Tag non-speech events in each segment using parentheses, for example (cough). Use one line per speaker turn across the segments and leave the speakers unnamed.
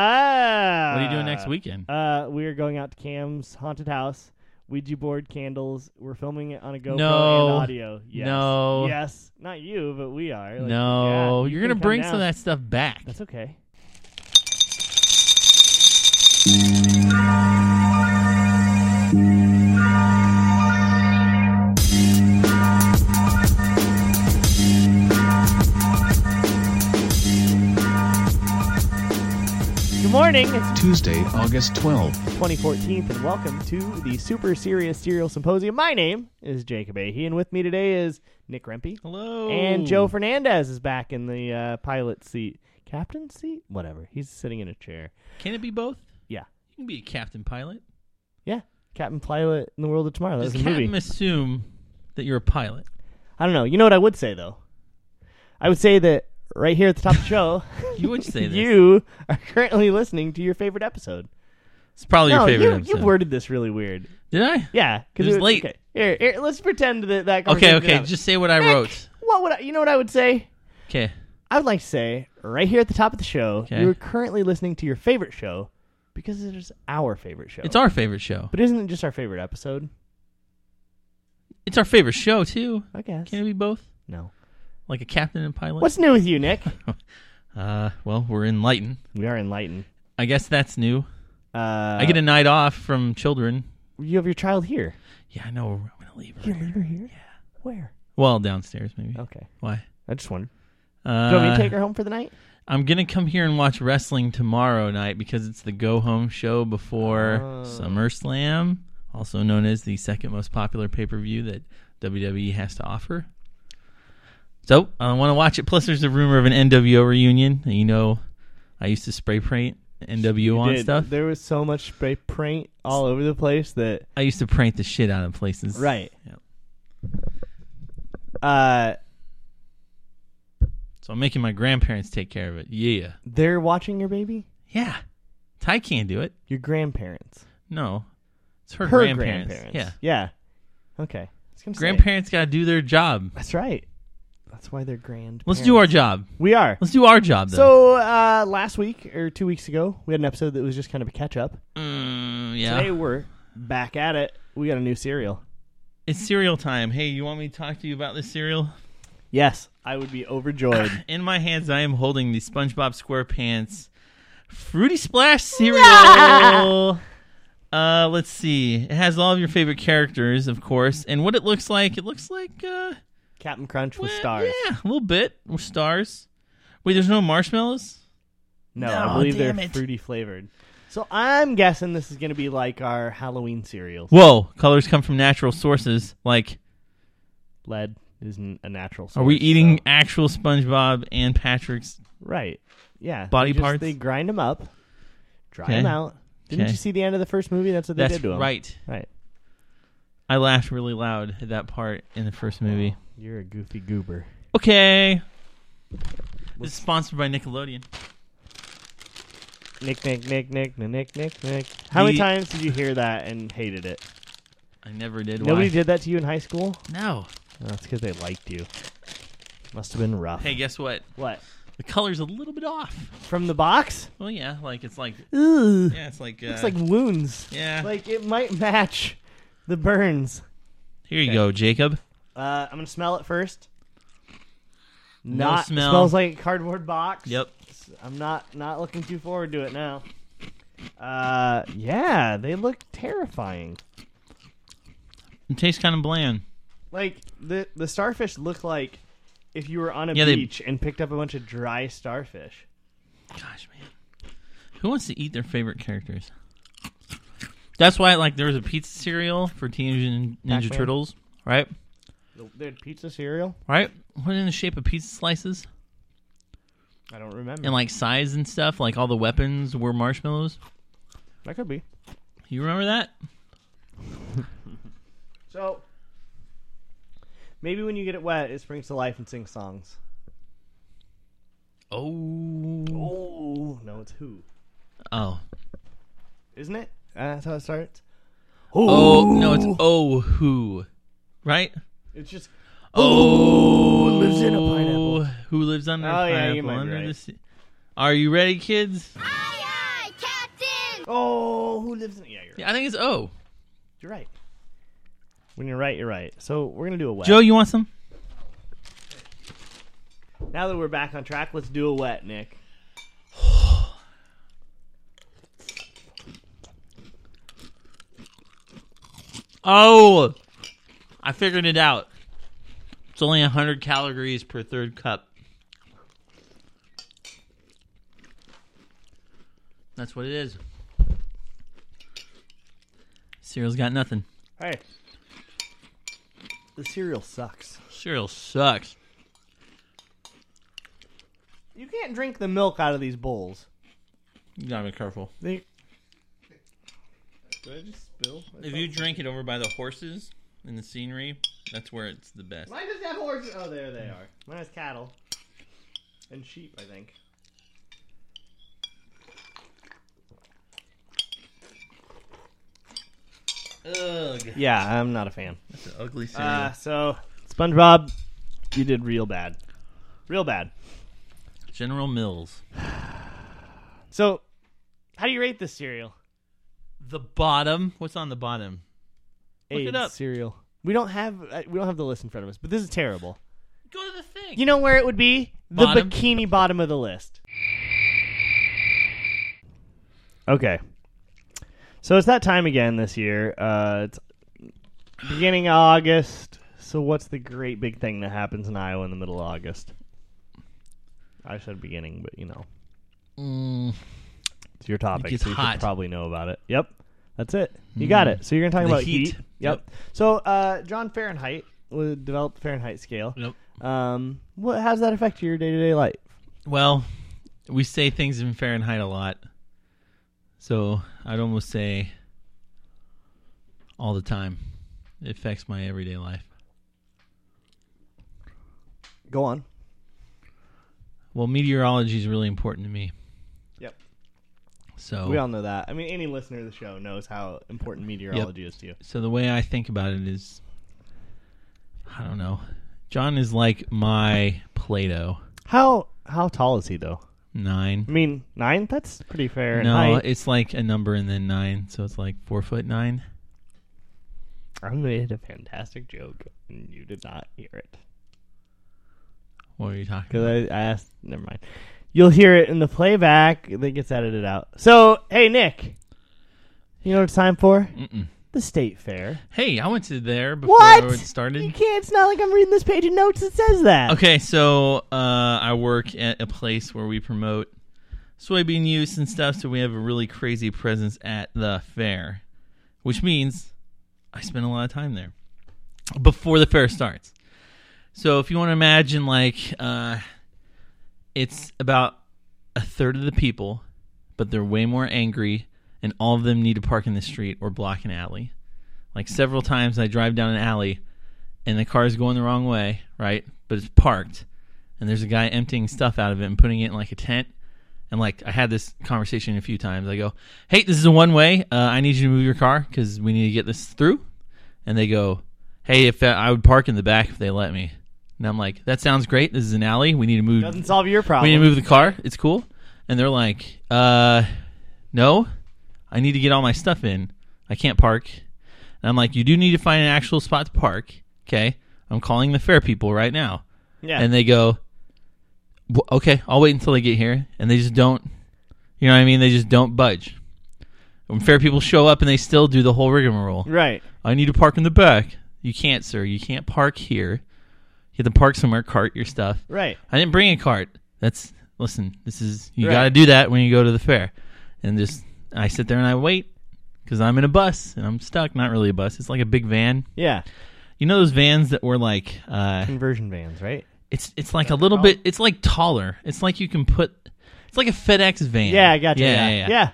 Ah.
What are you doing next weekend?
Uh, we are going out to Cam's haunted house. Ouija board, candles. We're filming it on a GoPro
No.
and audio. Yes.
No.
Yes. Not you, but we are. Like,
no,
yeah, you
you're
can
gonna
come
bring
down.
some of that stuff back.
That's okay. Good morning. It's
Tuesday, August 12th.
2014, and welcome to the Super Serious Serial Symposium. My name is Jacob Ahey, and with me today is Nick Rempe.
Hello.
And Joe Fernandez is back in the uh, pilot seat. Captain seat? Whatever. He's sitting in a chair.
Can it be both?
Yeah.
You can be a captain pilot.
Yeah. Captain Pilot in the World of Tomorrow. That's
Does
a
captain
movie.
assume that you're a pilot?
I don't know. You know what I would say, though? I would say that right here at the top of the show,
(laughs) You would say this.
you are currently listening to your favorite episode.
It's probably
no,
your favorite.
you,
episode.
you worded this really weird.
Did I?
Yeah.
It was
it
late.
Okay. Here, here, let's pretend that that
Okay.
conversation
Okay.
did not-
Just say what I
Nick,
wrote.
What would I, you know what I would say?
Okay.
I would like to say right here at the top of the show,
Okay.
you're currently listening to your favorite show because it is our favorite show.
It's our favorite show.
but isn't it just our favorite episode?
It's our favorite show too.
I guess.
Can it be both?
no.
Like a captain and pilot.
What's new with you, Nick? (laughs)
Uh, well, we're enlightened.
we are enlightened.
I guess that's new.
Uh,
I get a night off from children.
You have your child here.
Yeah, I know. I'm gonna leave her.
You leave her here. Yeah. Where?
Well, downstairs maybe.
Okay.
Why?
I just wondered.
Uh,
Oh. Do you want me to take her home for the night?
I'm gonna come here and watch wrestling tomorrow night because it's the go home show before
Oh.
SummerSlam, also known as the second most popular pay per view that WWE has to offer. So I want to watch it. Plus, there's a rumor of an NWO reunion. You know, I used to spray paint NWO on
Did.
stuff.
There was so much spray paint all over the place that
I used to paint the shit out of places.
Right.
Yeah.
uh,
So I'm making my grandparents take care of it. Yeah.
they're watching your baby.
Yeah. Ty can't do it.
Your grandparents.
No. It's her,
Her
grandparents. Yeah.
Yeah. Okay. I was gonna say.
Grandparents got to do their job.
That's right. That's why they're grand.
Let's do our job.
We are.
Let's do our job, though.
So uh, last week or two weeks ago, we had an episode that was just kind of a catch up.
Mm, yeah.
Today we're back at it. We got a new cereal.
It's cereal time. Hey, you want me to talk to you about this cereal?
Yes, I would be
(laughs)
overjoyed.
In my hands, I am holding the SpongeBob SquarePants Fruity Splash cereal. Uh, let's see. It has all of your favorite characters, of course. And what it looks like, it looks like uh,
Captain Crunch with
well,
stars.
Yeah, a little bit with stars. Wait, there's no marshmallows.
No,
No,
I believe
damn
they're
it.
fruity flavored. So I'm guessing this is going to be like our Halloween cereal.
Whoa, colors come from natural sources. Like,
Lead isn't a natural. Source,
are we eating
so-
actual SpongeBob and Patrick's?
Right. Yeah.
Body
They just-
parts?
They grind them up, dry
Okay.
them out. Didn't
Okay.
you see the end of the first movie? That's what they
That's
did to them.
right.
Right.
I laughed really loud at that part in the first movie.
You're a goofy goober.
Okay. This is sponsored by Nickelodeon.
Nick, Nick, Nick, Nick, Nick, Nick, Nick, Nick. How many
The-
times did you hear that and hated it?
I never did.
Nobody
Why?
did that to you in high school?
No.
No, that's because they liked you. Must have been rough.
Hey, guess what?
What?
The color's a little bit off.
From the box?
Well, yeah, like it's like
Ooh.
yeah, it's like uh,
Looks like wounds.
yeah.
Like it might match the burns.
Here you go, Jacob.
Uh, I'm gonna smell it first.
No
Not
smell.
smells like a cardboard box.
Yep.
I'm not not looking too forward to it now. Uh, yeah, they look terrifying.
It tastes kind of bland.
Like the the starfish look like if you were on a
Yeah, they-
beach and picked up a bunch of dry starfish.
Gosh, man. Who wants to eat their favorite characters? That's why, like, there was a pizza cereal for Teenage Nin- Ninja
Pac-Man.
Turtles, right?
The- Their pizza cereal?
Right? What in the shape of pizza slices
I don't remember.
and like size and stuff. Like all the weapons were marshmallows.
that could be.
You remember that?
So maybe when you get it wet, it springs to life and sings songs.
Oh.
Oh no, it's who,
Oh.
isn't it? Uh, that's how it starts.
Oh no, it's oh who, right?
It's just
Oh, who
lives in a pineapple?
Who lives under a
Oh, yeah,
pineapple?
you might be
under the
right.
sea. Are you ready, kids?
I
Oh, who lives in? Yeah, you're right.
Yeah, I think it's O.
You're right. When you're right, you're right. So we're gonna do a wet.
Joe, you want some?
Now that we're back on track, let's do a wet, Nick.
Oh, I figured it out. It's only 100 calories per third cup. That's what it is. Cereal's got nothing.
Hey, the cereal sucks.
Cereal sucks.
You can't drink the milk out of these bowls.
You gotta be careful.
They. Did I just spill?
If you drink it over by the horses and the scenery, that's where it's the best.
Mine doesn't have horses. Oh, there they are. Mine has cattle and sheep, I think.
Ugh.
Yeah, I'm not a fan.
That's an ugly cereal.
Uh, so, SpongeBob, you did real bad, real bad.
General Mills.
So, how do you rate this cereal?
The bottom. What's on the bottom? Look it
AIDS
up.
cereal. We don't have uh, we don't have the list in front of us, but this is terrible.
Go to the thing.
You know where it would be? The
Bottom.
bikini bottom of the list. Okay. So it's that time again this year. Uh, it's beginning of August. So what's the great big thing that happens in Iowa in the middle of August? I said beginning, but you know. It's your topic,
Mm. gets
so you
hot. Mm.
should probably know about it. Yep, that's it. You got it. So you're gonna talk
The
about
heat.
heat. Yep. So uh, John Fahrenheit uh, developed the Fahrenheit scale.
Nope.
Um, what? How does that affect your day to day life?
Well, we say things in Fahrenheit a lot. So I'd almost say all the time. It affects my everyday life.
Go on.
Well, meteorology is really important to me.
Yep.
So
We all know that. I mean, any listener of the show knows how important meteorology is to you.
so the way I think about it is I don't know. John is like my Play-Doh.
How how tall is he though?
9.
I mean, nine. That's pretty fair. in
no,
height.
it's like a number and then 9, so it's like 4 foot 9.
I made a fantastic joke and you did not hear it.
What are you talking about?
Because I, I asked. Never mind. You'll hear it in the playback that gets edited out. So, hey, Nick. You know what it's time for?
Mm-mm.
The state fair.
Hey, I went to there before
What?
it started.
You can't. It's not like I'm reading this page of notes that says that.
Okay, so uh, I work at a place where we promote soybean use and stuff, so we have a really crazy presence at the fair, which means I spend a lot of time there before the fair starts. So if you want to imagine, like, uh, it's about a third of the people, but they're way more angry, and all of them need to park in the street or block an alley. Like, several times I drive down an alley and the car's going the wrong way, right? But it's parked, and there's a guy emptying stuff out of it and putting it in like a tent. And like I had this conversation a few times. I go, "Hey, this is a one way. Uh, I need you to move your car because we need to get this through." And they go, "Hey, if uh, I would park in the back if they let me." And I'm like, "That sounds great. This is an alley. We need to move.
Doesn't solve your problem.
We need to move the car. It's cool. And they're like, uh, no, I need to get all my stuff in. I can't park. And I'm like, you do need to find an actual spot to park. Okay. I'm calling the fair people right now.
yeah.
And they go, "W- okay, I'll wait until they get here. And they just don't, you know what I mean? They just don't budge. When fair people show up and they still do the whole rigmarole.
right.
I need to park in the back. You can't, sir. You can't park here. You have to park somewhere, cart your stuff.
Right.
I didn't bring a cart. That's listen. This is you
Right.
got to do that when you go to the fair, and just I sit there and I wait because I'm in a bus and I'm stuck. Not really a bus. It's like a big van.
Yeah.
You know those vans that were like uh,
Conversion vans, right?
it's it's like a little bit. It's like taller. It's like you can put. It's like a FedEx van.
Yeah, I got you.
Yeah,
yeah.
yeah. yeah.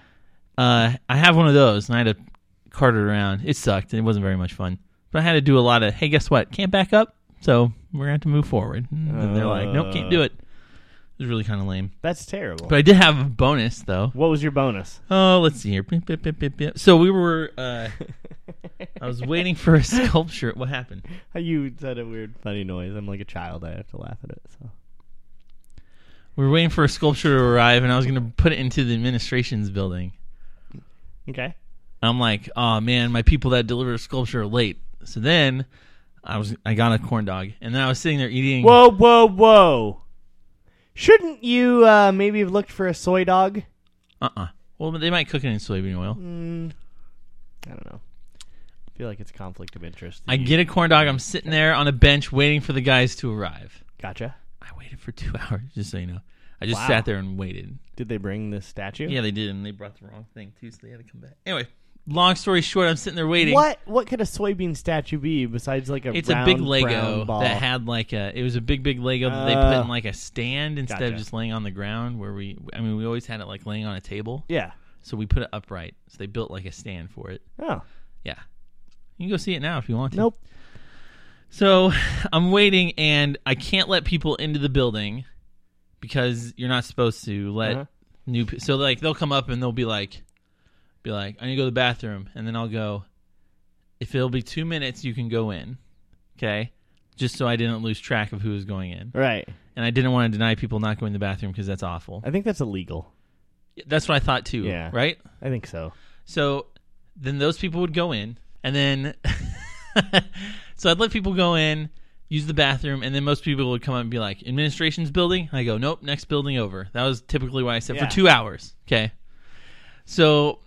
Uh, I have one of those, and I had to cart it around. It sucked. It wasn't very much fun, but I had to do a lot of. Hey, guess what? Can't back up, so we're gonna have to move forward. And they're like, nope, can't do it. It was really kind of lame.
That's terrible.
But I did have a bonus though.
what was your bonus?
Oh, let's see here. Beep, beep, beep, beep, beep. So we were. Uh, I was waiting for a sculpture. What happened?
Uh, You said a weird, funny noise. I'm like a child. I have to laugh at it. So
We were waiting for a sculpture to arrive, and I was going to put it into the administration's building.
Okay.
I'm like, oh man, my people that deliver sculpture are late. So then I was I got a corn dog, and then I was sitting there eating.
Whoa, whoa, whoa. Shouldn't you uh, maybe have looked for a soy dog?
Uh uh Well, they might cook it in soybean oil.
I don't know. I feel like it's a conflict of interest.
I get a corn dog. I'm sitting there on a bench waiting for the guys to arrive.
gotcha.
I waited for two (laughs) hours, just so you know. I just
Wow.
sat there and waited.
Did they bring this statue?
Yeah, they did, and they brought the wrong thing too, so they had to come back. Anyway, long story short, I'm sitting there waiting.
What what could a soybean statue be besides like a
It's
round,
a big
brown
Lego
ball?
that had like a. It was a big, big Lego that they put
Uh,
in like a stand instead
gotcha.
of just laying on the ground. Where we, I mean, we always had it like laying on a table,
yeah.
so we put it upright. So they built like a stand for it.
Oh
Yeah, you can go see it now if you want to.
nope.
So (laughs) I'm waiting, and I can't let people into the building because you're not supposed to let
Uh-huh.
new. pe- So like they'll come up and they'll be like, be like, I need to go to the bathroom, and then I'll go. If it'll be two minutes, you can go in. Okay, just so I didn't lose track of who was going in,
Right.
and I didn't want to deny people not going to the bathroom because that's awful.
I think that's illegal.
That's what I thought too.
Yeah.
Right.
I think so.
So then those people would go in, and then (laughs) so I'd let people go in, use the bathroom, and then most people would come up and be like, "Administration's building." I go, "Nope, next building over." That was typically what I said
Yeah.
for two hours. Okay, so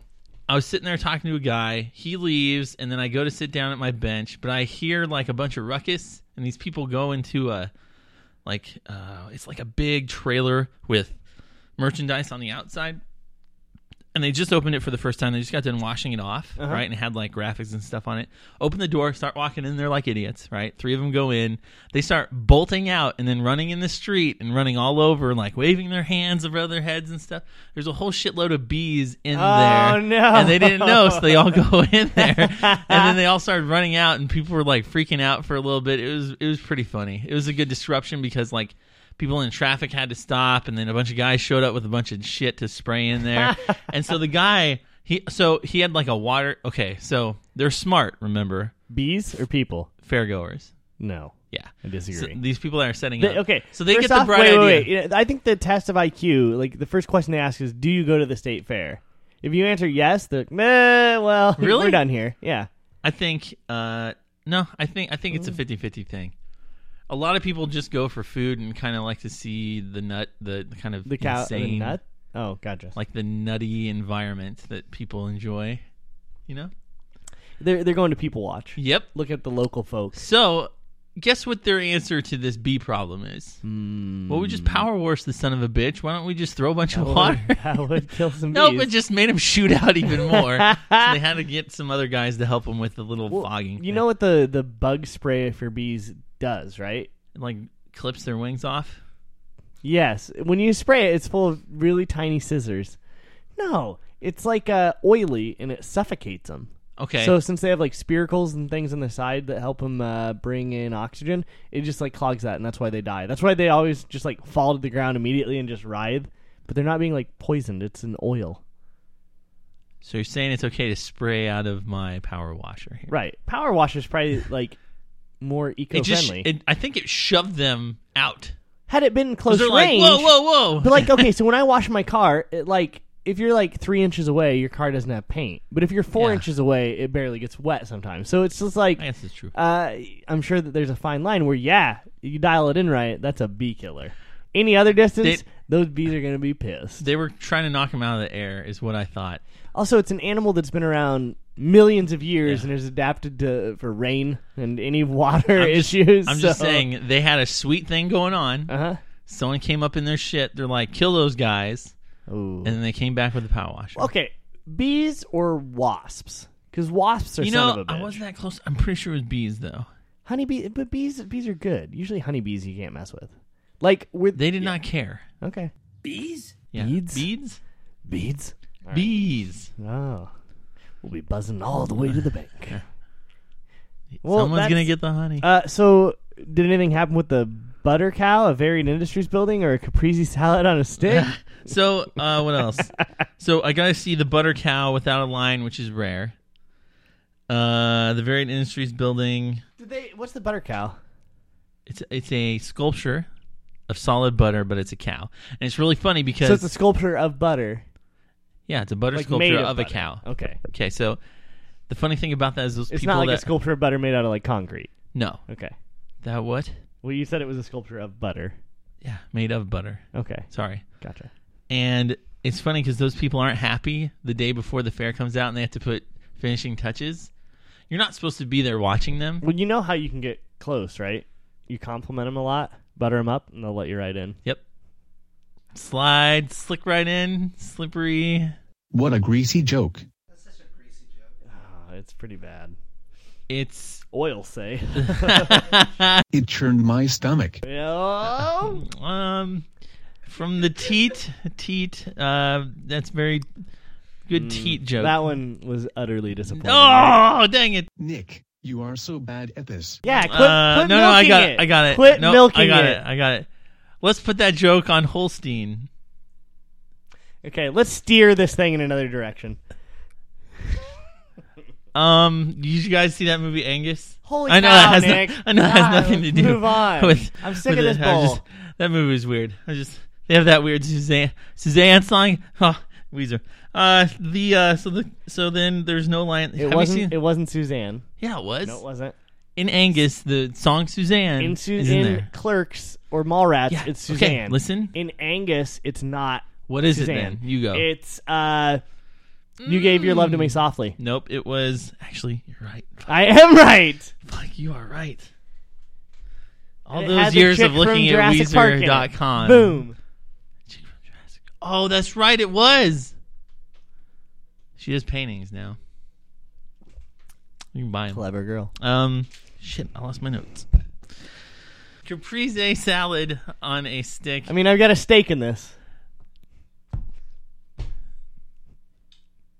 I was sitting there talking to a guy. He leaves, and then I go to sit down at my bench, but I hear like a bunch of ruckus, and these people go into a like uh, it's like a big trailer with merchandise on the outside. And they just opened it for the first time. They just got done washing it off,
Uh-huh.
right? And it had like graphics and stuff on it. Open the door, start walking in there like idiots, right? Three of them go in. They start bolting out and then running in the street and running all over and like waving their hands over their heads and stuff. There's a whole shitload of bees in there.
Oh, no.
And they didn't know, so they all go (laughs) in there. and then they all started running out and people were like freaking out for a little bit. It was it was pretty funny. It was a good disruption because like people in traffic had to stop and then a bunch of guys showed up with a bunch of shit to spray
(laughs)
in there and so the guy he so he had like a water okay so they're smart remember
Bees or people?
fairgoers
No.
yeah
I
so
disagree.
these people that are setting
They-
up
okay,
so they
first
get the
off,
bright
wait,
idea
wait, wait. You know, I think the test of IQ, like the first question they ask is, "Do you go to the state fair?" If you answer yes, they're like, "Meh, well, (laughs)
Really?
we're done here." Yeah,
i think uh no i think i think it's a
Mm.
50-50 thing a lot of people just go for food and kind of like to see the nut the, the kind of
the cow,
insane,
the nut. Oh, gotcha.
like the nutty environment that people enjoy you know
they're they're going to people watch.
yep
Look at the local
(laughs)
folks.
So, guess what their answer to this bee problem is? Well, we just power wash the son of a bitch. Why don't we just throw a bunch of water?
Hmm. (laughs) That would kill some
(laughs) no,
bees.
but just made him shoot out even
(laughs)
more. so they had to get some other guys to help him with the little fogging.
you
thing.
know what the the bug spray for bees does, right?
It, like clips their wings off.
Yes, when you spray it, it's full of really tiny scissors. No, it's like uh, oily and it suffocates them.
Okay,
So since they have like spiracles and things on the side that help them uh, bring in oxygen, it just like clogs that, and that's why they die. That's why they always just like fall to the ground immediately and just writhe. But they're not being like poisoned; it's an oil,
so you're saying it's okay to spray out of my power washer here?
right? Power washer is probably like more
It just,
eco-friendly.
it, I think it shoved them out.
Had it been in
'Cause
close
They're
range,
like, whoa, whoa, whoa.
but like okay, so when I wash my car, it like if you're like three inches away, your car doesn't have paint. But if you're four
Yeah.
inches away, it barely gets wet sometimes. So it's just like
(laughs) I guess it's true.
uh, I'm sure that there's a fine line where, yeah, you dial it in right, that's a bee killer. Any other distance,
They-
those bees are going to be pissed.
they were trying to knock him out of the air, is what I thought.
Also, it's an animal that's been around millions of years and is adapted to for rain and any water
I'm just-
issues.
I'm just saying they had a sweet thing going on.
Uh
Someone came up in their shit. They're like, kill those guys.
huh.
And then they came back with the power washer.
Okay, bees or wasps? Because wasps are
you
son
know,
of a
I
bitch.
wasn't that close. I'm pretty sure it was bees, though.
honeybee, but bees bees are good. Usually, honeybees you can't mess with. Like with
They did not care.
okay
Yeah.
Beads?
Beads?
beads.
Bees.
Oh, we'll be buzzing all the way to the
(laughs)
bank. Well,
Someone's going to
that's-
get the honey.
Uh, so did anything happen with the butter cow, a varied industries building, or a caprese salad on a
(laughs)
stick?
so, uh, what else? so, I got to see the butter cow without a line, which is rare. Uh, the Varied Industries building.
did they? What's the butter cow?
It's, it's a sculpture of solid butter, but it's a cow. And it's really funny because.
So it's a sculpture of butter.
Yeah, it's a butter
Like made
sculpture of, a
butter.
cow.
Okay.
Okay, so the funny thing about that is those
It's
people
not like
that
a sculpture of butter made out of like concrete.
no
Okay.
that what
Well, you said it was a sculpture of butter.
yeah made of butter.
Okay.
Sorry,
Gotcha.
and it's funny because those people aren't happy the day before the fair comes out and they have to put finishing touches. You're not supposed to be there watching them.
Well, you know how you can get close, right? You compliment them a lot, butter them up, and they'll let you right in.
Yep. Slide, slick right in, slippery.
What a greasy joke.
Ah, it's pretty bad.
It's
Oil
(laughs)
say. (laughs)
It churned my stomach.
oh,
um from the teat teat. Uh, that's very good teat joke.
Hmm. that one was utterly disappointing.
oh dang it!
Nick, you are so bad at this.
Yeah, quit,
Uh,
quit
no, no, I
milking
got
it.
it. I got it.
Quit
no,
milking
I got
it.
it. I got it. Let's put that joke on Holstein.
Okay, let's steer this thing in another direction.
Um, did you guys see that movie Angus?
Holy
I know
cow,
that has
Nick.
I know it
God,
has nothing to do.
move on.
With,
I'm sick
with
of
it.
this
I was just-
bowl.
that movie was weird. I was just they have that weird Suzanne Suzanne song. (laughs) Huh, Weezer. Uh, the uh, so the so then there's no lion.
It
have you
wasn't.
seen-
It wasn't Suzanne.
yeah, it was
No, it wasn't.
in Angus. The song Suzanne
In, Su-
is in,
in
there.
Clerks or Mallrats,
Yeah,
it's
okay,
Suzanne.
listen.
In Angus, it's not.
What is
Suzanne.
it then? You go. Mm.
It's uh, you gave your love to me softly.
nope. It was actually you're right.
I am (laughs) right.
Fuck, you are right. All
And it had
those
the
years
chick
of looking
from
at
Jurassic Park in it.
Weezer.com.
Boom.
Chick from Jurassic- Oh, that's right. It was. She does paintings now. You can buy them.
Clever girl.
Um, shit, I lost my notes. Caprese salad on a stick.
I mean, I've got a stake in this. (laughs)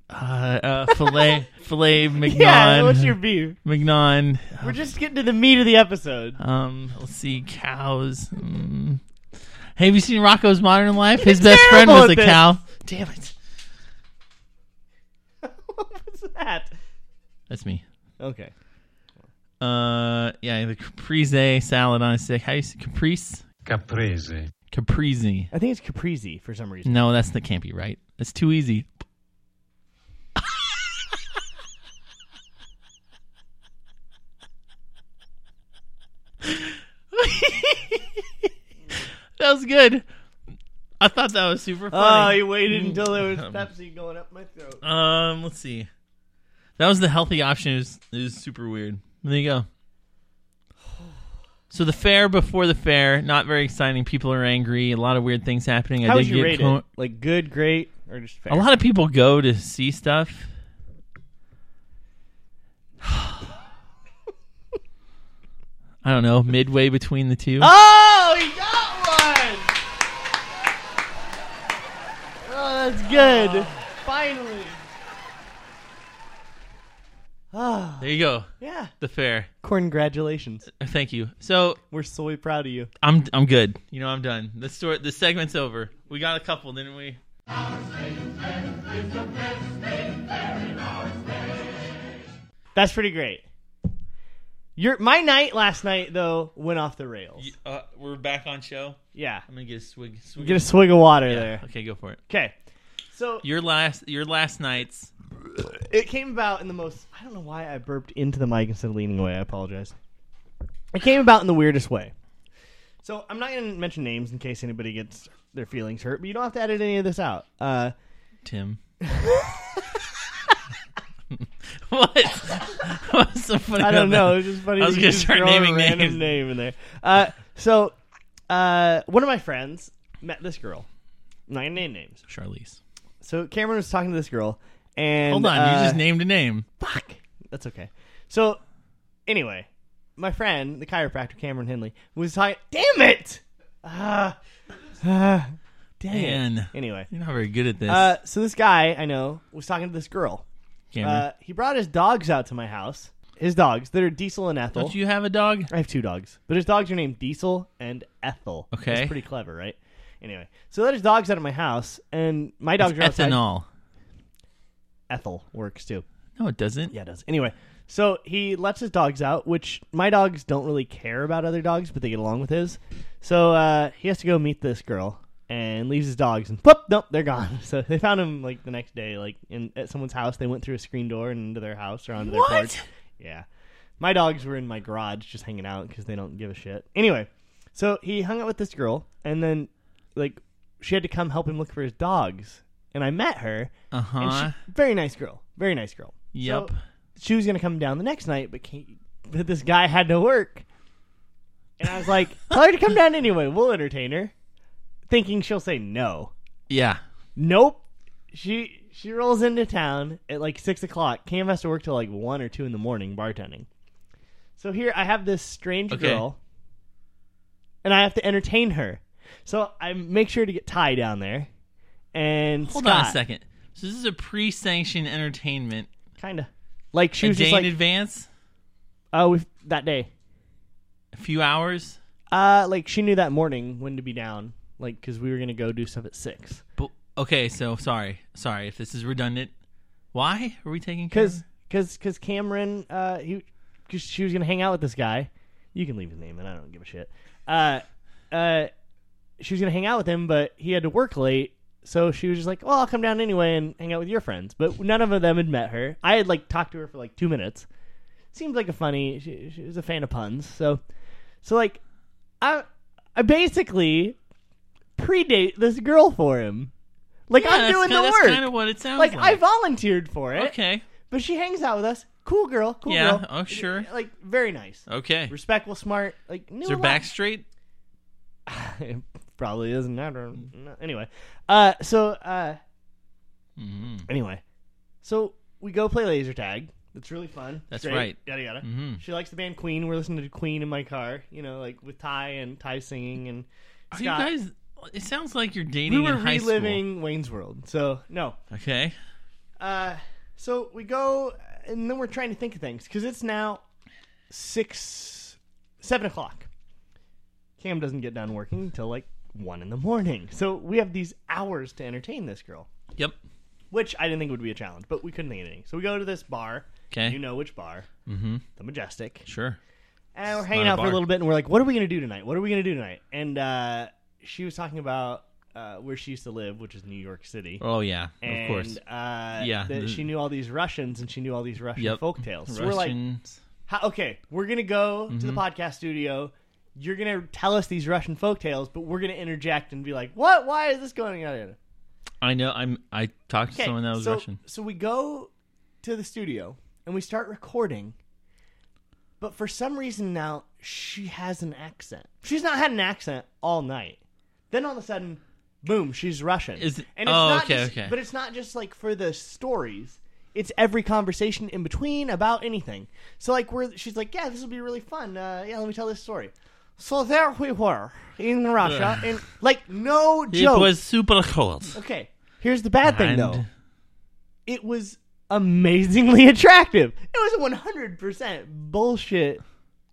Uh, uh,
(laughs)
filet, filet mignon.
Yeah. What's your beef?
mignon?
We're just getting to the meat of the episode. (laughs)
Um, let's see, cows. Mm. Hey, have you seen Rocco's Modern Life? His best friend
terrible at
was a
this.
cow. Damn it.
what was that?
That's me.
Okay.
Uh, yeah, the caprese salad on a stick. How you say caprice?
Caprese.
Caprese.
I think it's Caprese for some reason.
No, that's that can't be right. That's too easy. (laughs) that was good. I thought that was super
Oh,
funny.
he waited until there
(laughs)
was Pepsi going up my throat.
um, let's see. That was the healthy option. It was, it was super weird. There you go. So the fair before the fair, not very exciting. People are angry. A lot of weird things happening. I
How
did
would you
get
rate
co-
it? Like good, great, or just fair?
A lot of people go to see stuff. (sighs) I don't know, midway between the two.
Oh, he got one. Oh, that's good. Finally. Ah,
There you go.
yeah.
The fair.
Congratulations.
Thank you. So
We're so proud of you.
I'm I'm good. You know I'm done. The story, the segment's over. We got a couple, didn't we?
That's pretty great. Your my night last night though went off the rails.
You- Uh, we're back on show.
Yeah.
I'm gonna get a swig. swig
Get a swig of water
Yeah.
there.
Okay, go for it.
Okay. So
Your last your last night's
it came about in the most I don't know why I burped into the mic instead of leaning away. I apologize. It came about in the weirdest way. So I'm not going to mention names in case anybody gets their feelings hurt, but you don't have to edit any of this out. Uh, (laughs)
Tim. (laughs) what? What's so funny?
I don't
about that?
know. It's just funny.
(laughs) I was
that you
gonna
just
start
throw a
naming
random
names.
name in there. Uh, so uh, one of my friends met this girl. I'm not going to name names.
Charlize.
So Cameron was talking to this girl, and
Hold on, you
uh,
just named a name.
Fuck. That's okay. So, anyway, my friend, the chiropractor Cameron Henley, was like, "Damn it! Ah, ah, damn
Man.
it!" Anyway,
You're not very good at this.
uh, so this guy I know was talking to this girl.
Cameron.
Uh, he brought his dogs out to my house. His dogs that are Diesel and Ethel.
Don't you have a dog?
I have two dogs, but his dogs are named Diesel and Ethel.
Okay.
That's pretty clever, right? Anyway, so let his dogs out of my house, and my dogs
It's
are outside.
ethanol.
Ethel works too.
No, it doesn't.
Yeah, it does. Anyway, so he lets his dogs out, which my dogs don't really care about other dogs, but they get along with his. So uh, he has to go meet this girl and leaves his dogs and whoop, nope, they're gone. (laughs) So they found him like the next day, like in at someone's house. They went through a screen door and into their house or onto their
What?
porch. Yeah, my dogs were in my garage just hanging out because they don't give a shit. Anyway, so he hung out with this girl, and then like she had to come help him look for his dogs, and I met her.
Uh
And
huh.
she, very nice girl. Very nice girl.
Yep.
So, she was gonna come down the next night, but, can but this guy had to work. And I was like, (laughs) tell her to come down anyway. We'll entertain her, thinking she'll say no.
yeah.
Nope. She she rolls into town at like six o'clock. Cam has to work till like one or two in the morning bartending. So here I have this strange
Okay.
girl, and I have to entertain her. So I make sure to get Ty down there, and
Hold
Scott,
on a second. So this is a pre-sanctioned entertainment.
Kinda. Like she
a
was
day
just like,
in advance,
oh, we that day.
a few hours.
Uh, like she knew that morning when to be down, like because we were gonna go do stuff at six.
But okay, so sorry, sorry if this is redundant. Why are we taking? care
Cause, cause, cause Cameron, uh, he, cause she was gonna hang out with this guy. You can leave his name, and I don't give a shit. Uh, uh, she was gonna hang out with him, but he had to work late, so she was just like, "Well, I'll come down anyway and hang out with your friends." But none of them had met her. I had like talked to her for like two minutes. Seems like a funny. She, she was a fan of puns, so, so like, I, I basically predate this girl for him. Like
Yeah,
I'm
that's
doing
kinda,
the
that's
work.
kind of what it sounds
like
like.
I volunteered for it.
okay,
But she hangs out with us. Cool girl. Cool
Yeah,
girl.
oh, sure.
Like very nice.
okay.
Respectful, smart. Like knew
Is her
a lot.
back straight?
(laughs) it probably isn't. I don't.
Mm.
know. Anyway, uh, so uh,
Mm-hmm.
anyway, so we go play laser tag. It's really fun. It's
That's
great.
right.
Yada yada.
Mhm.
She likes the band Queen. We're listening to Queen in my car. You know, like with Ty and Ty singing and
Are you
Scott.
guys? It sounds like you're dating
we were
in high
reliving Wayne's World. So no,
school. Okay.
Uh, so we go, and then we're trying to think of things because it's now six, seven o'clock. Cam doesn't get done working until like one in the morning, so we have these hours to entertain this girl,
Yep.
which I didn't think would be a challenge, but we couldn't think of anything. So we go to this bar.
Okay.
You know which bar?
Mm-hmm.
The Majestic.
Sure.
And we're hanging
not a
out for a
bar.
little bit, and we're like, "What are we gonna do tonight? What are we gonna do tonight?" And uh, she was talking about uh, where she used to live, which is New York City
Oh yeah.
and,
of course.
Uh,
Yeah,
that
the-
she knew all these Russians and she knew all these Russian
Yep.
folktales. So we're like,
Russians.
"How- okay, we're gonna go to the
Mm-hmm.
podcast studio. You're gonna tell us these Russian folktales, but we're gonna interject and be like, "What? Why is this going on?"
I know. I'm. I talked to
Okay,
someone that was
so,
Russian.
So we go to the studio and we start recording. But for some reason now, she has an accent. She's not had an accent all night. Then all of a sudden, boom, she's Russian.
Is it-
and
oh,
not
okay,
just,
okay.
But it's not just like for the stories. It's every conversation in between about anything. So like we're she's like, yeah, this will be really fun. Uh, yeah, let me tell this story. So there we were in Russia, and like no joke.
It was super cold.
Okay. Here's the bad thing,
And-
though. It was amazingly (laughs) attractive. It was a 100% bullshit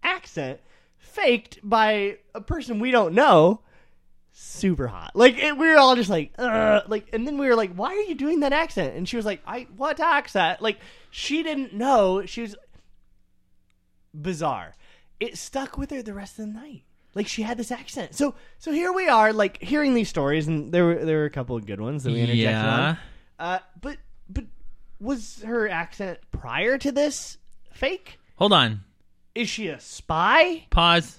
accent faked by a person we don't know. Super hot. Like, it, we were all just like, Ugh. like, and then we were like, why are you doing that accent? And she was like, I, what accent? Like, she didn't know. She was bizarre. It stuck with her the rest of the night. Like she had this accent. So so here we are, like hearing these stories, and there were there were a couple of good ones that we interjected
Yeah.
on. Uh, but but was her accent prior to this fake?
Hold on.
Is she a spy?
Pause.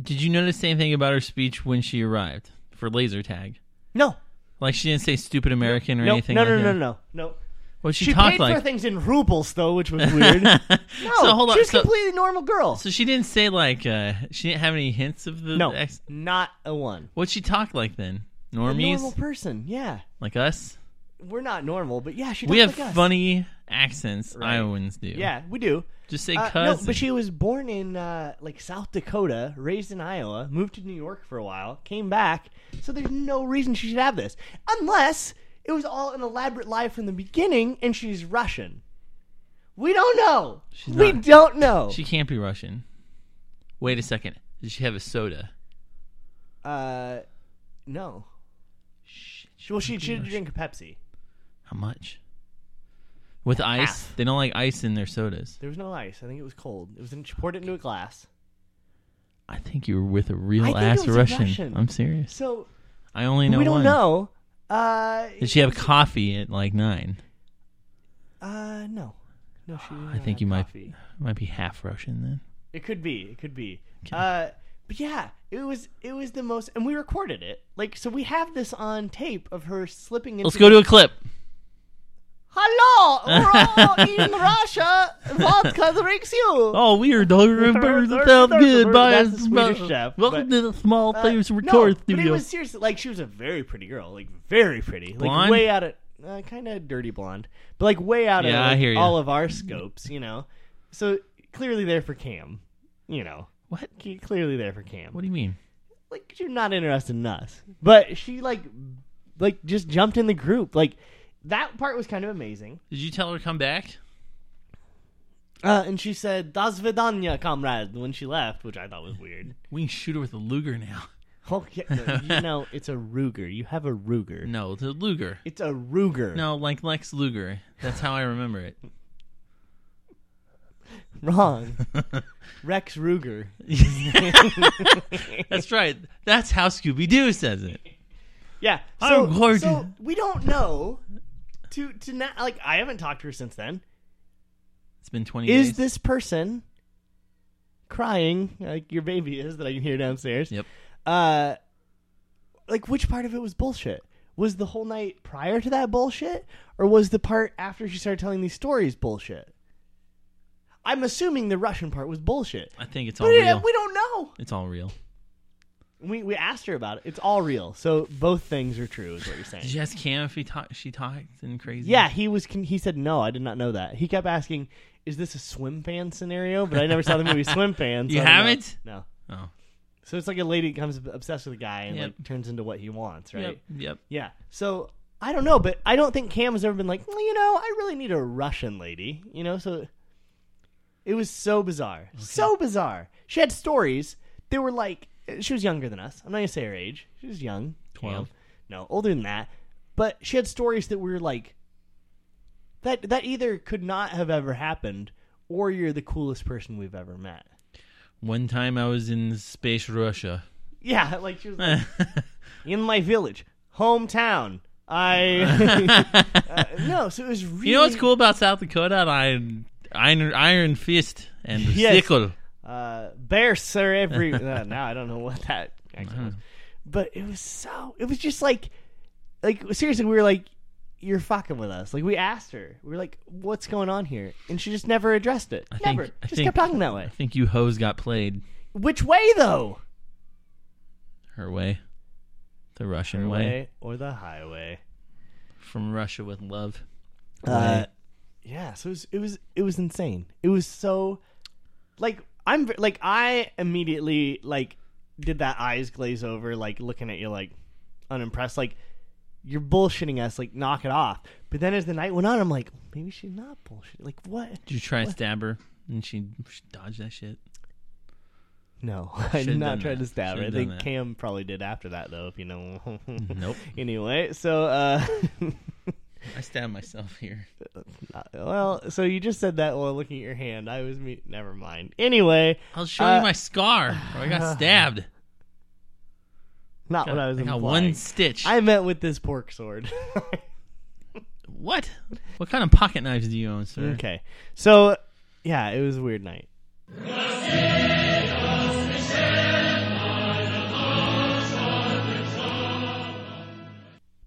Did you notice anything about her speech when she arrived for laser tag?
No.
Like she didn't say "stupid American" or
No,
anything.
no,
like
no,
that?
no, no, no, no.
Well, she,
She
talked
paid
like.
for things in rubles though, which
(laughs)
was weird. no,
so hold on.
she was
so,
completely normal girl.
so she didn't say like. uh She didn't have any hints of the.
no,
ex-
not a one.
What'd she talk like then?
A
Normies,
normal person, yeah.
like us.
We're not normal, but yeah, she.
We
talks
have
like us.
funny accents.
Right.
Iowans do.
Yeah, we do.
Just say
Uh, no,
cousin.
but she was born in uh, like South Dakota, raised in Iowa, moved to New York for a while, came back. So there's no reason she should have this, unless it was all an elaborate lie from the beginning, and she's Russian. We don't know.
She's
we
not.
don't know.
She can't be Russian. Wait a second. Did she have a soda?
uh, no. She, well, she should drink a Pepsi.
How much? With ice?
Half.
They don't like ice in their sodas.
There was no ice. I think it was cold. It was in, she poured it into a glass.
I think you were with a real
think it
ass
was a
Russian.
Russian.
I'm serious.
So
I only know
we don't
one.
know. Uh,
Did she have coffee at like nine?
uh, no, no. She.
I think you might might be half Russian then.
It could be. It could be. Uh, but yeah, it was. It was the most, and we recorded it. Like, so we have this on tape of her slipping into.
Let's go to a clip.
(laughs) Hello, we're all
(laughs)
in Russia. Vodka drinks you.
Oh, weird! I remember
Third-
the
third-
sound
third-
good.
third-
Bye.
that's the Swedish
Bye.
chef,
Welcome
but-
to the small
Uh,
players
no,
record
But it
studio.
was seriously like she was a very pretty girl, like very pretty, like
Blonde?
way out of uh, kind of dirty blonde, but like way out
Yeah,
of
I
like,
hear ya.
all of our scopes, you know. So clearly there for Cam, you know.
What?
C- Clearly there for Cam.
What do you mean?
like you're not interested in us, but she like like just jumped in the group. Like that part was kind of amazing.
Did you tell her to come back?
Uh, and she said "Das vidanya, comrade" when she left, which I thought was (laughs) weird.
We can shoot her with a Luger now. (laughs)
Okay, Oh, you know (laughs) it's a Ruger. You have a Ruger.
No, the Luger.
It's a Ruger.
No, like Lex Luger. That's how I remember it.
(laughs) (laughs) Wrong. Rex Ruger.
That's right. That's how Scooby Doo says it.
Yeah.
I'm
So,
Gordon.
so we don't know. To to not like I haven't talked to her since then.
It's been twenty
Is
days.
this person crying like your baby is that I can hear downstairs?
Yep.
Uh, like which part of it was bullshit? Was the whole night prior to that bullshit, or was the part after she started telling these stories bullshit? I'm assuming the Russian part was bullshit.
I think it's all
But yeah,
real.
we don't know.
It's all real.
We we asked her about it. It's all real. So both things are true, is what you're saying.
Did you ask Cam if he talked? She talked and crazy.
Yeah, he was. Con- he said no. I did not know that. He kept asking, "Is this a swim fan scenario?" But I never saw the
(laughs)
movie Swim Fan. So
You
I don't know.
haven't?
No.
Oh.
So it's like a lady becomes obsessed with a guy and
Yep.
like turns into what he wants, right?
Yep. Yep.
Yeah. So I don't know, but I don't think Cam has ever been like, well, you know, I really need a Russian lady, you know. So it was so bizarre, so bizarre. She had stories. They were like, she was younger than us. I'm not gonna say her age. She was young, Cam.
Twelve.
No, older than that. But she had stories that were like that. That either could not have ever happened, or you're the coolest person we've ever met.
One time I was in
(laughs)
space Russia.
Yeah, like she was like, in my village, hometown. I Uh, no, so it was really.
You know what's cool about South Dakota? Iron, iron, iron fist and
Yes.
sickle.
Uh, bears are every. uh, now I don't know what that actually
Mm-hmm.
was, but it was so. It was just like, like seriously, we were like, "You're fucking with us." Like we asked her, we were like, "What's going on here?" And she just never addressed it.
I
never.
think- I
just
think-
kept talking that way.
I think you hoes got played
Which way though?
her way, the Russian
The
way.
way or the highway?
from Russia with love.
Uh, yeah, so it was, it was it was insane. It was so like I'm v- like I immediately like did that eyes glaze over like looking at you like unimpressed like you're bullshitting us like knock it off. But then as the night went on, I'm like maybe she's not bullshit. Like what?
Did you try to stab her and she, she dodged that shit?
No, (laughs) I did
Should've
not
done
try
that.
to stab her. I
Should've
think
done that.
Cam probably did after that though, if you know.
Nope.
(laughs) anyway, so uh
(laughs)
(laughs)
I stabbed myself here.
well, so you just said that while looking at your hand. I was me. Never mind. Anyway,
I'll show
Uh,
you my scar. where
(sighs)
I got stabbed.
Not
I
what I was
got
implying.
one stitch.
I meant with this pork sword. (laughs)
what? What kind of pocket knives do you own, sir?
okay, so yeah, it was a weird night.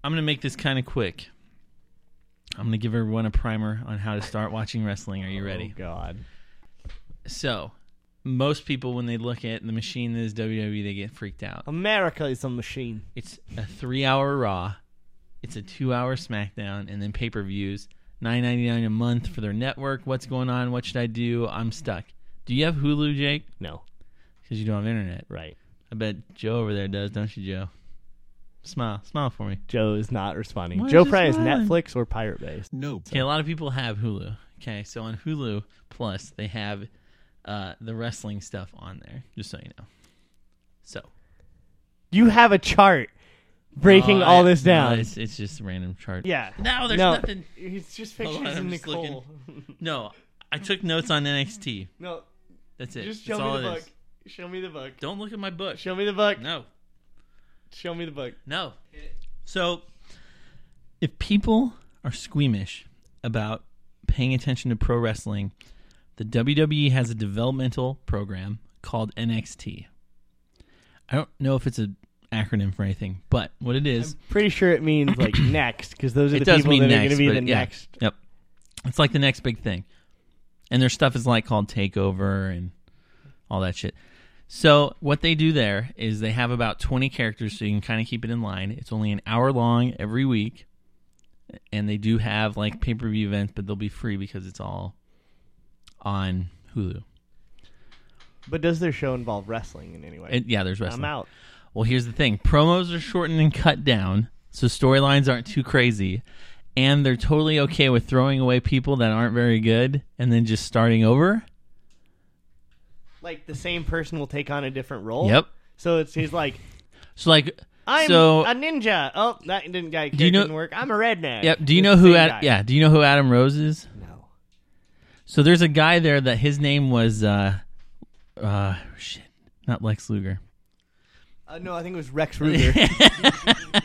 I'm gonna make this kind of quick. I'm gonna give everyone a primer on how to start watching wrestling. Are you ready?
Oh God.
So, most people when they look at the machine that is WWE, they get freaked out.
America is a machine.
It's a three-hour Raw, it's a two-hour SmackDown, and then pay-per-views. Nine ninety-nine a month for their network. What's going on? What should I do? I'm stuck. Do you have Hulu, Jake?
No,
Because you don't have internet.
right.
I bet Joe over there does, don't you, Joe? Smile, smile for me.
Joe is not responding.
Why
Joe
is he
Fry is
smiling?
Netflix or Pirate Bay.
Nope.
Okay, a lot of people have Hulu. Okay, so on Hulu Plus, they have uh, the wrestling stuff on there, just so you know. So
You have a chart breaking
Oh,
all
I-
this
no,
down.
it's, it's just a random chart.
yeah.
No, there's
no,
nothing.
It's just
Hold
pictures
on,
of
I'm just
Nicole. (laughs)
No, I took notes on NXT.
no,
That's it.
just
That's
show
all
me the
it
book.
is.
Show me the book.
Don't look at my book.
Show me the book.
No,
Show me the book.
no. So, if people are squeamish about paying attention to pro wrestling, the WWE has a developmental program called NXT. I don't know if it's an acronym for anything, but what it is,
Pretty sure it means like (coughs) next because those are
it
the
does
people
mean
that
next.
are going to be
but
the
yeah.
next.
Yep. It's like the next big thing. And their stuff is like called Takeover and all that shit. So what they do there is they have about 20 characters so you can kind of keep it in line. It's only an hour long every week. And they do have like pay-per-view events, but they'll be free because it's all on Hulu.
But does their show involve wrestling in any way?
And yeah, there's wrestling.
I'm out.
Well, here's the thing: promos are shortened and cut down, so storylines aren't too crazy, and they're totally okay with throwing away people that aren't very good and then just starting over.
Like the same person will take on a different role.
Yep.
So it's he's
(laughs)
like,
So like,
Oh. I'm
so
a ninja. Oh, that didn't guy
Do you know-
didn't work. I'm a redneck.
yep. Do you
It's
know
the
who?
same
Ad,
guy.
yeah. Do you know who Adam Rose is?
No.
So there's a guy there that his name was, uh, uh, shit, not Lex Luger,
Uh, no, I think it was Rex
(laughs)
Ruger.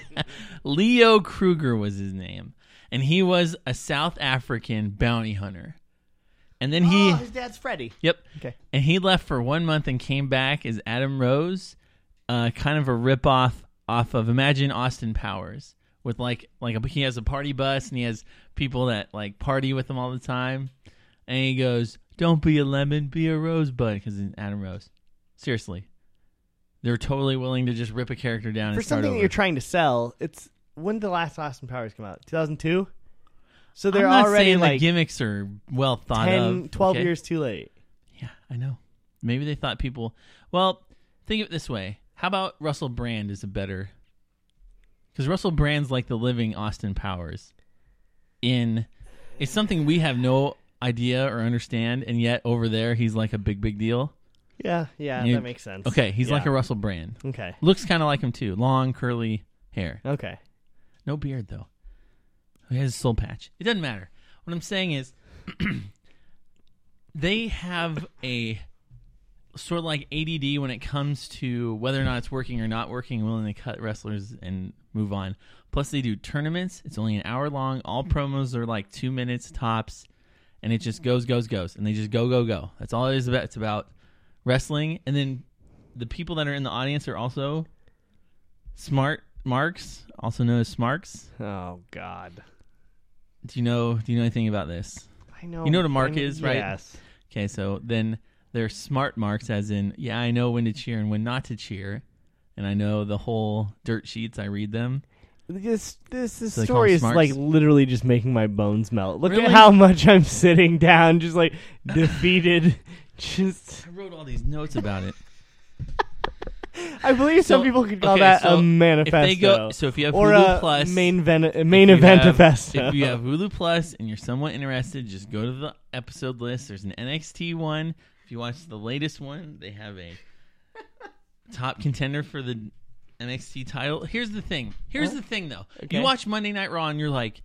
Leo Kruger was his name, and he was a South African bounty hunter, and then he.
oh, his dad's Freddy.
Yep.
Okay.
And he left for one month and came back as Adam Rose, uh, kind of a ripoff off of Imagine Austin Powers with like like a, he has a party bus and he has people that like party with him all the time, and he goes, "Don't be a lemon, be a rosebud," because Adam Rose. Seriously, they're totally willing to just rip a character down
For
and start
something that
over.
you're trying to sell, it's when did the last Austin Powers come out? 2002. So
I'm
they're
not
already
saying
like
the gimmicks are well thought
10,
of.
12
okay?
years too late.
Yeah, (sighs) I know. Maybe they thought people. Well, think of it this way: How about Russell Brand is a better? Because Russell Brand's like the living Austin Powers. In, it's something we have no idea or understand, and yet over there he's like a big big deal.
Yeah, yeah,
You-
that makes sense.
Okay, he's like a
Yeah.
Russell Brand.
Okay.
Looks kind of like him too. Long curly hair,
Okay.
no beard though. He has a soul patch. It doesn't matter. What I'm saying is, (clears throat) they have a sort of like ADD when it comes to whether or not it's working or not working, willing to cut wrestlers and move on. Plus, they do tournaments. It's only an hour long. All promos are like two minutes tops, and it just goes, goes, goes, and they just go, go, go. That's all it is about. It's about wrestling, and then the people that are in the audience are also smart marks, also known as smarks.
Oh God.
Do you know? Do you know anything about this?
I know.
You know what a mark
I mean,
is, right?
Yes.
Okay, so then they're smart marks, as in, yeah, I know when to cheer and when not to cheer, and I know the whole dirt sheets. I read them.
This this, this
So they call
story
them
is
smarts?
like literally just making my bones melt. Look
Really?
at how much I'm sitting down, just like defeated. (laughs) just
I wrote all these notes about it.
I believe
So-
some people could call
okay,
that
so if
a
they
manifesto.
if they go, so if you have
or
Hulu
a
Plus,
main, ven- a
if
main
you
event
have-
(laughs) manifesto.
If you have Hulu Plus and you're somewhat interested, just go to the episode list. There's an NXT one. If you watch the latest one, they have a top contender for the NXT title. Here's the thing. Here's the thing, though.
Okay.
You watch Monday Night Raw and you're like,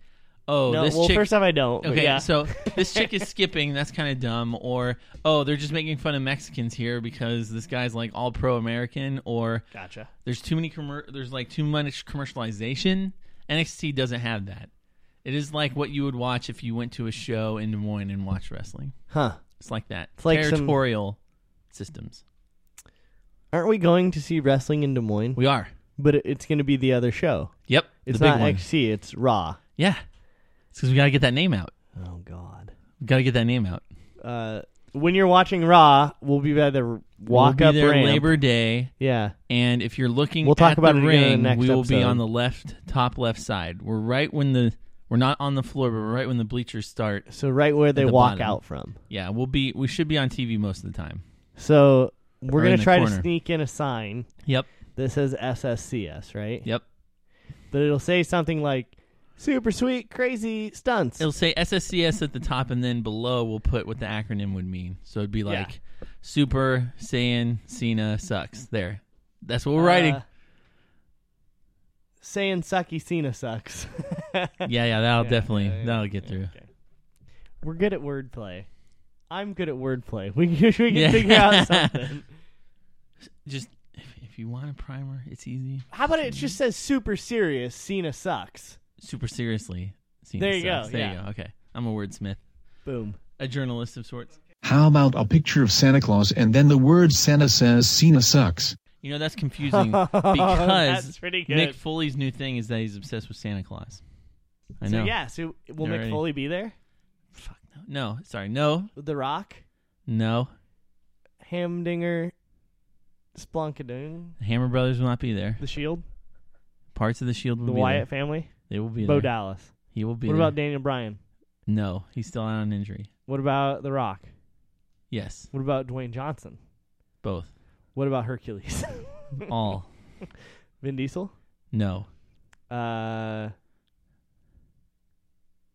oh,
no,
this
well,
chick.
first off, I don't. but
Okay,
yeah. (laughs)
so this chick is skipping. That's kind of dumb. Or oh, they're just making fun of Mexicans here because this guy's like all pro American. Or
gotcha.
there's too many commer- there's like too much commercialization. NXT doesn't have that. It is like what you would watch if you went to a show in Des Moines and watched wrestling.
Huh?
It's like that. It's
like some-
territorial systems.
Aren't we going to see wrestling in Des Moines?
We are.
But it- it's going to be the other show.
Yep.
It's
the big
not
one.
XC. It's Raw.
yeah. It's because we gotta get that name out.
Oh God.
We gotta get that name out.
Uh, when you're watching Raw, we'll be by the walk
we'll
up
be there
ramp.
Labor Day.
Yeah.
And if you're looking
We'll talk
at
about
the
it again in the
ring,
next
we will be
episode.
on the left, top left side. We're right when the we're not on the floor, but we're right when the bleachers start.
So right where they
the
walk
bottom.
out from.
Yeah, we'll be we should be on TV most of the time.
So we're
Or in
gonna
the
try
corner.
to sneak in a sign
Yep.
that says SSCS, right?
Yep.
But it'll say something like "Super Sweet Crazy Stunts."
It'll say SSCS at the top and then below we'll put what the acronym would mean. So it'd be like Super Saiyan Cena sucks. There. That's what we're writing.
Uh, saying sucky Cena
(laughs)
sucks. (laughs)
yeah, yeah, that'll
yeah,
definitely
yeah, yeah,
that'll get through.
Okay. We're good at wordplay. I'm good at wordplay. We can, (laughs) we can
Yeah. (laughs)
figure out something.
just if, if you want a primer, it's easy.
How about it just says super serious? Cena sucks.
Super seriously. Cena
There you
sucks.
go,
There you
yeah.
go. Okay, I'm a wordsmith,
Boom.
a journalist of sorts.
How about a picture of Santa Claus and then the word Santa says Cena sucks?
You know (laughs) that's confusing because
That's pretty good.
Nick Foley's new thing is that he's obsessed with Santa Claus. I know.
So yeah, so will
You're
Mick
ready.
Foley be there?
Fuck no. No, sorry. No.
The Rock,
No.
Hamdinger, Splunkadoo,
The Hammer Brothers will not be there.
The Shield,
Parts of the Shield will
the
be
Wyatt
there.
family,
They will be
Bo
there.
Dallas.
He will be
What
there.
about Daniel Bryan?
No, he's still out on injury.
What about The Rock?
Yes,
What about Dwayne Johnson? (laughs)
both.
What about Hercules? (laughs)
All.
Vin Diesel?
No.
Uh,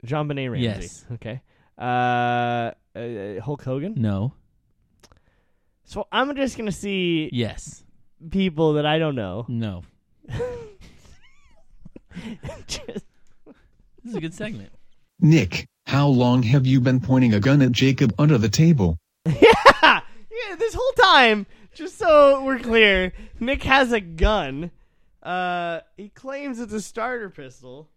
John Benet Ramsey.
Yes.
Okay. Uh, uh, Hulk Hogan.
No.
So I'm just gonna see
Yes.
people that I don't know. (laughs)
No.
Just-
This is a good segment.
Nick, how long have you been pointing a gun at Jacob under the table?
yeah, (laughs) yeah. This whole time, just so we're clear, Nick has a gun. Uh, he claims it's a starter pistol,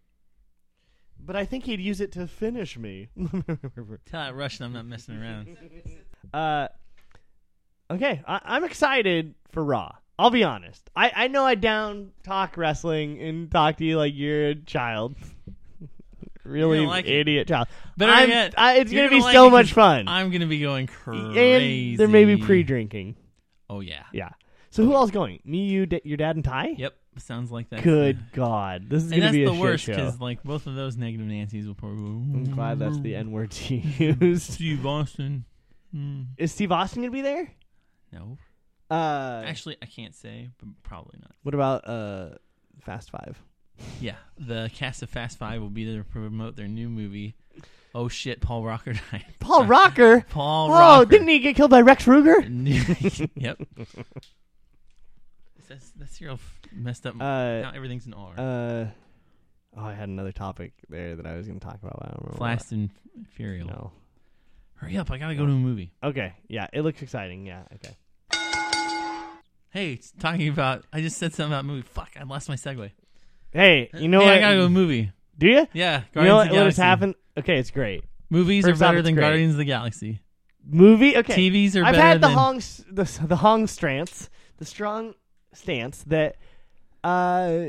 but I think he'd use it to finish me. (laughs)
Tell that Russian I'm not messing around.
Uh, okay, I- I'm excited for Raw. I'll be honest. I, I know I down talk wrestling and talk to you like you're a child, (laughs) really
You're gonna like it.
idiot child.
Better
I'm-
yet,
I, it's
you're
gonna, be
gonna
so
like it
much
'cause
fun.
I'm gonna be going crazy.
and there may be pre-drinking.
Oh yeah.
Yeah. So who else going? Me, you, da- your dad, and Ty.
Yep. Sounds like that.
Good God, this is
And
gonna
that's
be a
the worst
shit show.
because like both of those negative Nancys will probably. Go,
I'm glad that's the N word (laughs) she used.
Steve Austin. Mm.
Is Steve Austin gonna be there?
No.
Uh,
Actually, I can't say, but probably not.
what about uh, Fast Five?
Yeah, the cast of Fast Five will be there to promote their new movie. Oh shit, Paul Rocker died. (laughs)
Paul Rocker.
Paul
Oh,
Rocker.
didn't he get killed by Rex
(laughs)
Ruger?
yep. That's that's your messed up.
Uh,
now everything's an R.
Uh, oh, I had another topic there that I was going to talk about. but I don't remember. what.
Fast and Furious.
No.
Hurry up! I gotta go to a movie.
Okay. Yeah, it looks exciting. Yeah. Okay.
Hey, it's talking about. I just said something about movie. Fuck! I lost my segue.
Hey, you know
hey,
what?
I gotta go to a movie.
Do you?
Yeah,
you know what,
Guardians of the
what has
Galaxy.
happened? Okay, it's great.
Movies
First
are
off,
better
it's
than
great.
Guardians of the Galaxy.
Movie. Okay.
TVs are
I've
better
had the
than
hong s- the s- the hong stance, the strong stance that uh,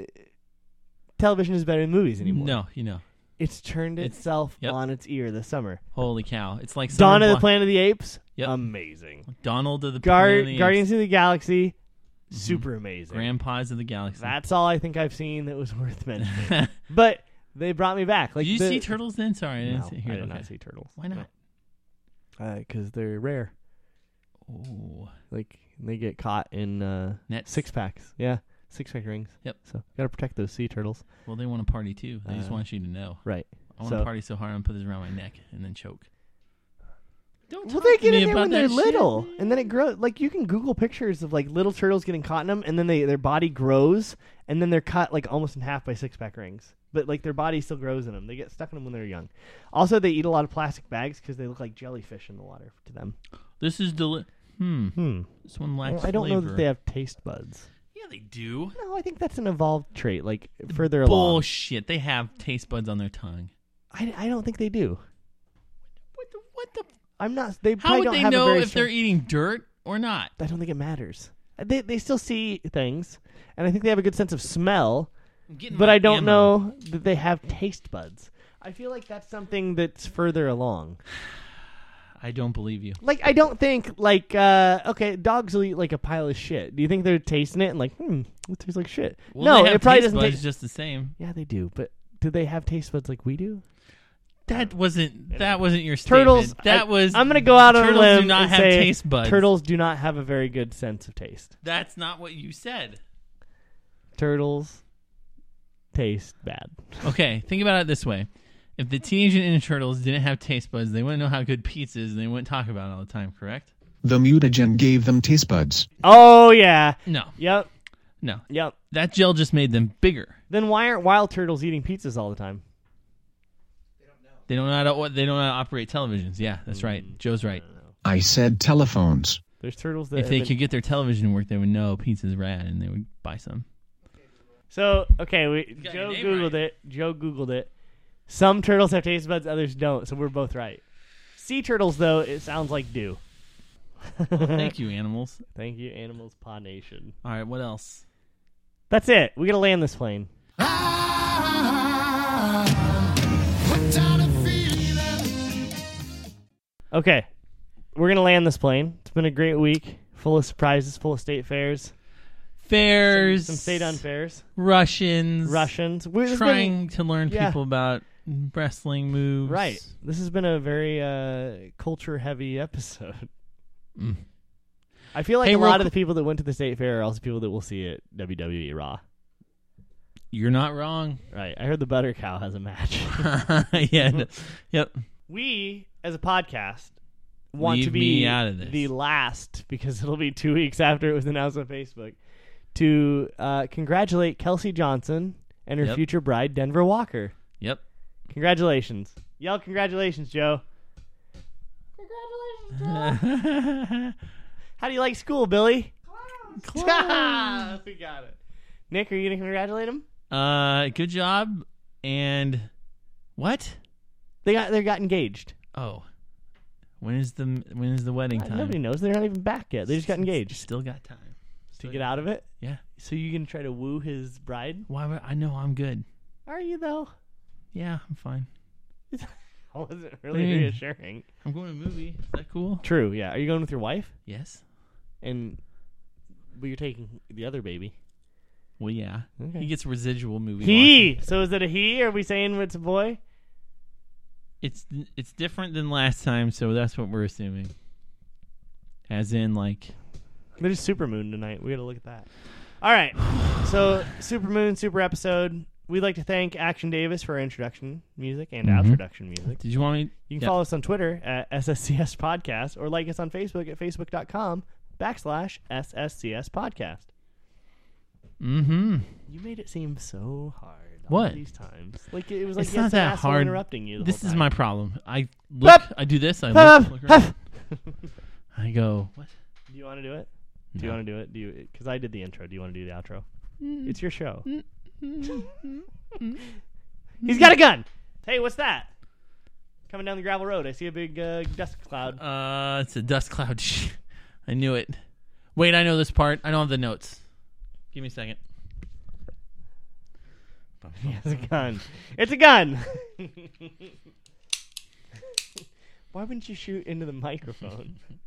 television is better than movies anymore.
no. You know,
it's turned
It's-
itself
yep.
on its ear this summer.
holy cow! It's like Summer
Dawn of the
Blo-
Planet of the Apes.
Yep.
Amazing.
Donald of the
Gar-
Planet of the Apes.
Guardians of the Galaxy, super amazing.
Grandpas of the Galaxy. (laughs)
That's all I think I've seen that was (laughs) worth mentioning. but they brought me back. Like
Did you
the-
see turtles then? Sorry, I didn't
No,
see here.
I did
okay.
not see turtles.
Why not?
Because they're rare.
Oh,
Like they get caught in uh,
Nets.
six packs. Yeah, six pack rings.
Yep.
So gotta protect those sea turtles.
well, they want to party too. They just
Uh,
want you to know.
Right.
I want to
so-
party so hard I'm gonna put this around my neck and then choke. Don't
Well,
talk
they
to
get
me
in there
about
when they're
that
little,
shit.
and then it grows. Like you can Google pictures of like little turtles getting caught in them, and then they their body grows, and then they're cut like almost in half by six pack rings. But like their body still grows in them. They get stuck in them when they're young. Also, they eat a lot of plastic bags because they look like jellyfish in the water to them.
This is deli. Hmm.
Hmm.
This one
Well,
lacks
I don't know
flavor.
that they have taste buds.
Yeah, they do.
No, I think that's an evolved trait. Like further along,
Bullshit. They have taste buds on their tongue.
I, I don't think they do.
What the? What the?
I'm not. They
How
probably
would
don't
they
have a
know
very
if
strong-
they're e-, eating dirt or not?
I don't think it matters. They they still see things, and I think they have a good sense of smell.
I'm getting
but
my
I don't
ammo.
know that they have taste buds. I feel like that's something that's further along.
I don't believe you.
Like I don't think like uh okay, dogs will eat like a pile of shit. Do you think they're tasting it and like, hmm, it tastes like shit?
Well,
no,
they have
it probably
taste
doesn't
buds
taste
just the same.
Yeah, they do, but do they have taste buds like we do?
That wasn't that wasn't your statement.
Turtles
That
I-
was
I'm gonna go out on a
turtles
limb
do not
and
have
say
taste buds.
Turtles do not have a very good sense of taste.
That's not what you said.
Turtles taste bad.
Okay, think about it this way: if the Teenage Mutant Ninja Turtles didn't have taste buds, they wouldn't know how good pizza is, and they wouldn't talk about it all the time. Correct?
The mutagen gave them taste buds.
Oh yeah.
No,
Yep.
no.
Yep.
That gel just made them bigger.
Then why aren't wild turtles eating pizzas all the time?
Mm.
Uh,
They don't know how to. They don't know how to operate televisions. Yeah, that's right. Joe's right.
I said telephones.
There's turtles that
If
have
they
been-
could get their television work, they would know pizza's rad and they would
(laughs)
buy some.
So okay, we,
got
Joe
your name
googled it. Joe googled it. Some turtles have taste buds, others don't. So we're both right. Sea turtles, though, it sounds like do.
Thank you, animals.
Thank you, animals, paw nation.
All right, what else?
That's it. We gotta land this plane. Okay, we're gonna land this plane. It's been a great week, full of surprises, full of state fairs,
Fairs.
some state unfairs,
Russians.
Russians. We're this has been-
Trying to learn
Yeah.
people about wrestling moves.
Right. This has been a very uh, culture heavy episode.
Mm.
I feel like
Hey,
a
real
lot of
qu-
the people that went to the state fair are also people that will see it WWE Raw.
You're not wrong. (laughs)
Right. I heard the Butter Cow has a match.
yeah. it
Mm-hmm.
does. Yep.
we, as a podcast, want to
Leave
be
me out of this.
the last because (laughs) it'll be two weeks after it was announced on Facebook to uh, congratulate Kelsey Johnson and her
Yep.
future bride Denver Walker.
Yep. (laughs)
Congratulations, yell! Congratulations, Joe. How do you like school, Billy?
Close.
(laughs) we got it. Nick, are you gonna congratulate him?
uh, good job. And what?
They got they got engaged.
Oh, when is the when is the wedding time?
Uh, Nobody knows. They're not even back yet. They just got engaged
Still got time.
to get out of it.
Yeah.
So you gonna try to woo his bride?
Why? would- I know I'm good.
Are you though?
Yeah, I'm fine.
(laughs) I wasn't really
Mm.
reassuring.
I'm going to a movie. Is that cool?
True. Yeah. Are you going with your wife?
Yes.
And but you're taking the other baby.
Well, yeah.
Okay.
He gets residual movie. watching.
He. So is it a he? Are we saying it's a boy?
It's it's different than last time, so that's what we're assuming. As in, like,
There's supermoon tonight. We got to look at that. All right. So supermoon, super episode. We'd like to thank Action Davis for our introduction music and
Mhm.
outroduction music.
did you want me?
You can
Yeah.
follow us on Twitter at SSCS Podcast or like us on Facebook at facebook.com backslash SSCS Podcast.
Mm-hmm.
You made it seem so hard. all
What?
these times? Like it was like
It's
you had
not
some
that
asshole
hard.
interrupting you. The
This
whole
is
time.
my problem. I look. I do this. I look. look around. I go. What?
Do you want to do it? Do you want to do it? Do you? Because I did the intro. Do you want to do the outro?
Mm.
It's your show. (laughs) He's
Mm.
got a gun. Hey, what's that? Coming down the gravel road, I see a big uh, dust cloud. (laughs)
Uh, it's a dust cloud. (laughs) I knew it. Wait, I know this part. I don't have the notes. Give me a (laughs) second.
He has a gun. It's a gun. (laughs) Why wouldn't you shoot into the microphone?
(laughs)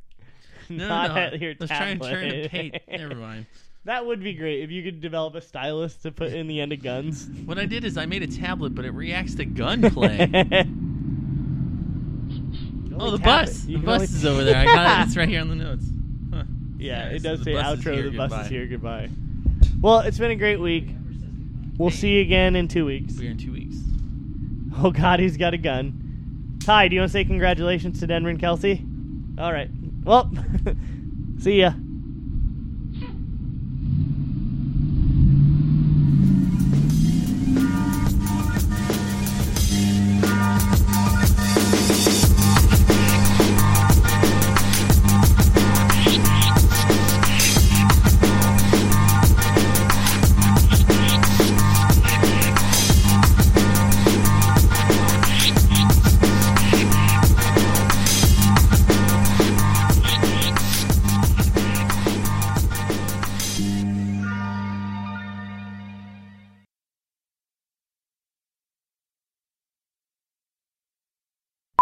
No,
Not
no.
at your
Let's try and turn
tablet.
the page. Never mind.
That would be great if you could develop a stylus to put in the end of guns.
What I did is I made a tablet, but it
(laughs)
reacts to gunplay. oh, the bus. The bus
(laughs)
is over there. I got it. It's right here on the notes. Huh.
Yeah,
Yeah,
it
so
does
the
say
bus
outro.
is here,
the bus
goodbye.
is here. Goodbye. Well, it's been a great week. We'll
Hey.
see you again in two weeks.
We're in two weeks.
Oh God, he's got a gun. Ty, do you want to say congratulations to Denver and Kelsey? All right. Well, (laughs) see ya.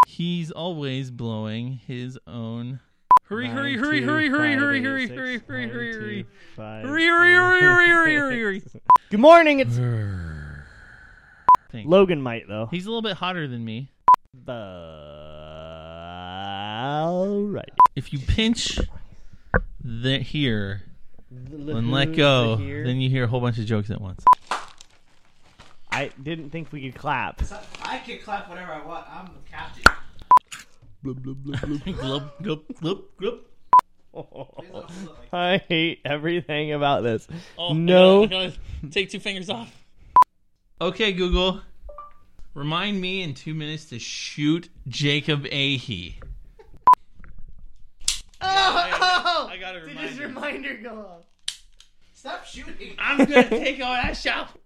He's always blowing his own. Hurry,
Nine,
hurry, hurry,
two,
hurry, hurry,
five,
hurry,
eight,
hurry,
six,
hurry, hurry,
nine,
hurry,
two,
hurry.
five,
Hurry, hurry, hurry, hurry, hurry, hurry, hurry.
six. (laughs) Good morning.
(laughs)
It's
Thanks.
Logan. Might though.
He's a little bit hotter than me.
All right.
If you pinch the here and let go, then you hear a whole bunch of jokes at once.
I didn't think we could clap. (laughs)
I can clap whenever I want. I'm the captain.
(laughs) Glub, glub, glub, glub.
I hate everything about this.
Oh,
no.
take two fingers off. Okay, Google. Remind me in two minutes to shoot Jacob Ahey.
Oh,
got a
Did his
reminder.
reminder go off?
Stop shooting.
I'm gonna take all that shot.